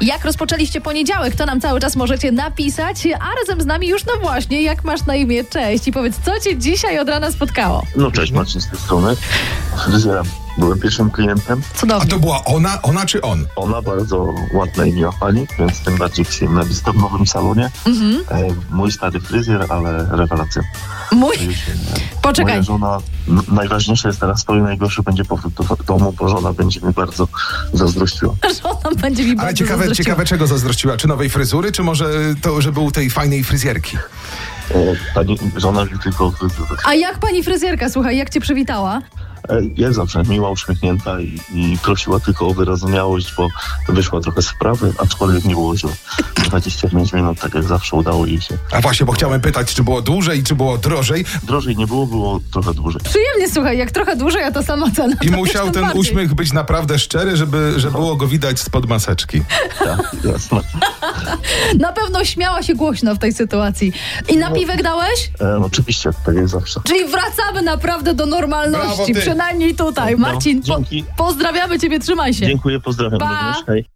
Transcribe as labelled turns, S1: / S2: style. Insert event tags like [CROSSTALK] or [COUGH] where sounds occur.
S1: Jak rozpoczęliście poniedziałek, to nam cały czas możecie napisać, a razem z nami już no właśnie, jak masz na imię, cześć i powiedz, co cię dzisiaj od rana spotkało?
S2: No cześć, Marcin z tej strony. Fryzjera. Byłem pierwszym klientem.
S1: Cudownie.
S3: A to była ona, ona czy on?
S2: Ona bardzo ładna i miła pani, więc tym bardziej przyjemna. Jestem w nowym salonie.
S1: Mhm.
S2: E, mój stary fryzjer, ale rewelacja.
S1: Mój, poczekaj, [LAUGHS]
S2: Moja żona, n- najważniejsze jest teraz to i najgorszy będzie powrót do domu, bo żona będzie mi bardzo zazdrościła.
S1: żona będzie mi
S3: Ale
S1: bardzo
S3: ciekawe,
S1: zazdrościła.
S3: ciekawe czego zazdrościła? Czy nowej fryzury, czy może y, to, że był tej fajnej fryzjerki?
S2: E, pani żona mi tylko fryzjer.
S1: A jak pani fryzjerka, słuchaj, jak cię przywitała?
S2: E, Jest zawsze miła, uśmiechnięta i, i prosiła tylko o wyrozumiałość, bo wyszła trochę z sprawy, aczkolwiek nie było źle. 25 minut, tak jak zawsze, udało jej się.
S3: A właśnie, bo chciałem pytać, czy było dłużej, czy było drożej
S2: Drożej nie było, było trochę dłużej.
S1: Przyjemnie, słuchaj, jak trochę dłużej, a to sama cena.
S3: i
S1: to
S3: musiał
S1: już
S3: ten
S1: bardziej.
S3: uśmiech być naprawdę szczery, żeby, że było go widać spod maseczki.
S2: Tak, jasne.
S1: Na pewno śmiała się głośno w tej sytuacji. I
S3: No.
S1: napiwek dałeś?
S2: E, oczywiście, tak jak zawsze.
S1: Czyli wracamy naprawdę do normalności,
S3: Brawo, ty.
S1: przynajmniej tutaj.
S2: No,
S1: Marcin, po,
S2: dzięki.
S1: pozdrawiamy ciebie, trzymaj się.
S2: Dziękuję, pozdrawiam
S1: Pa.
S2: również. Hej.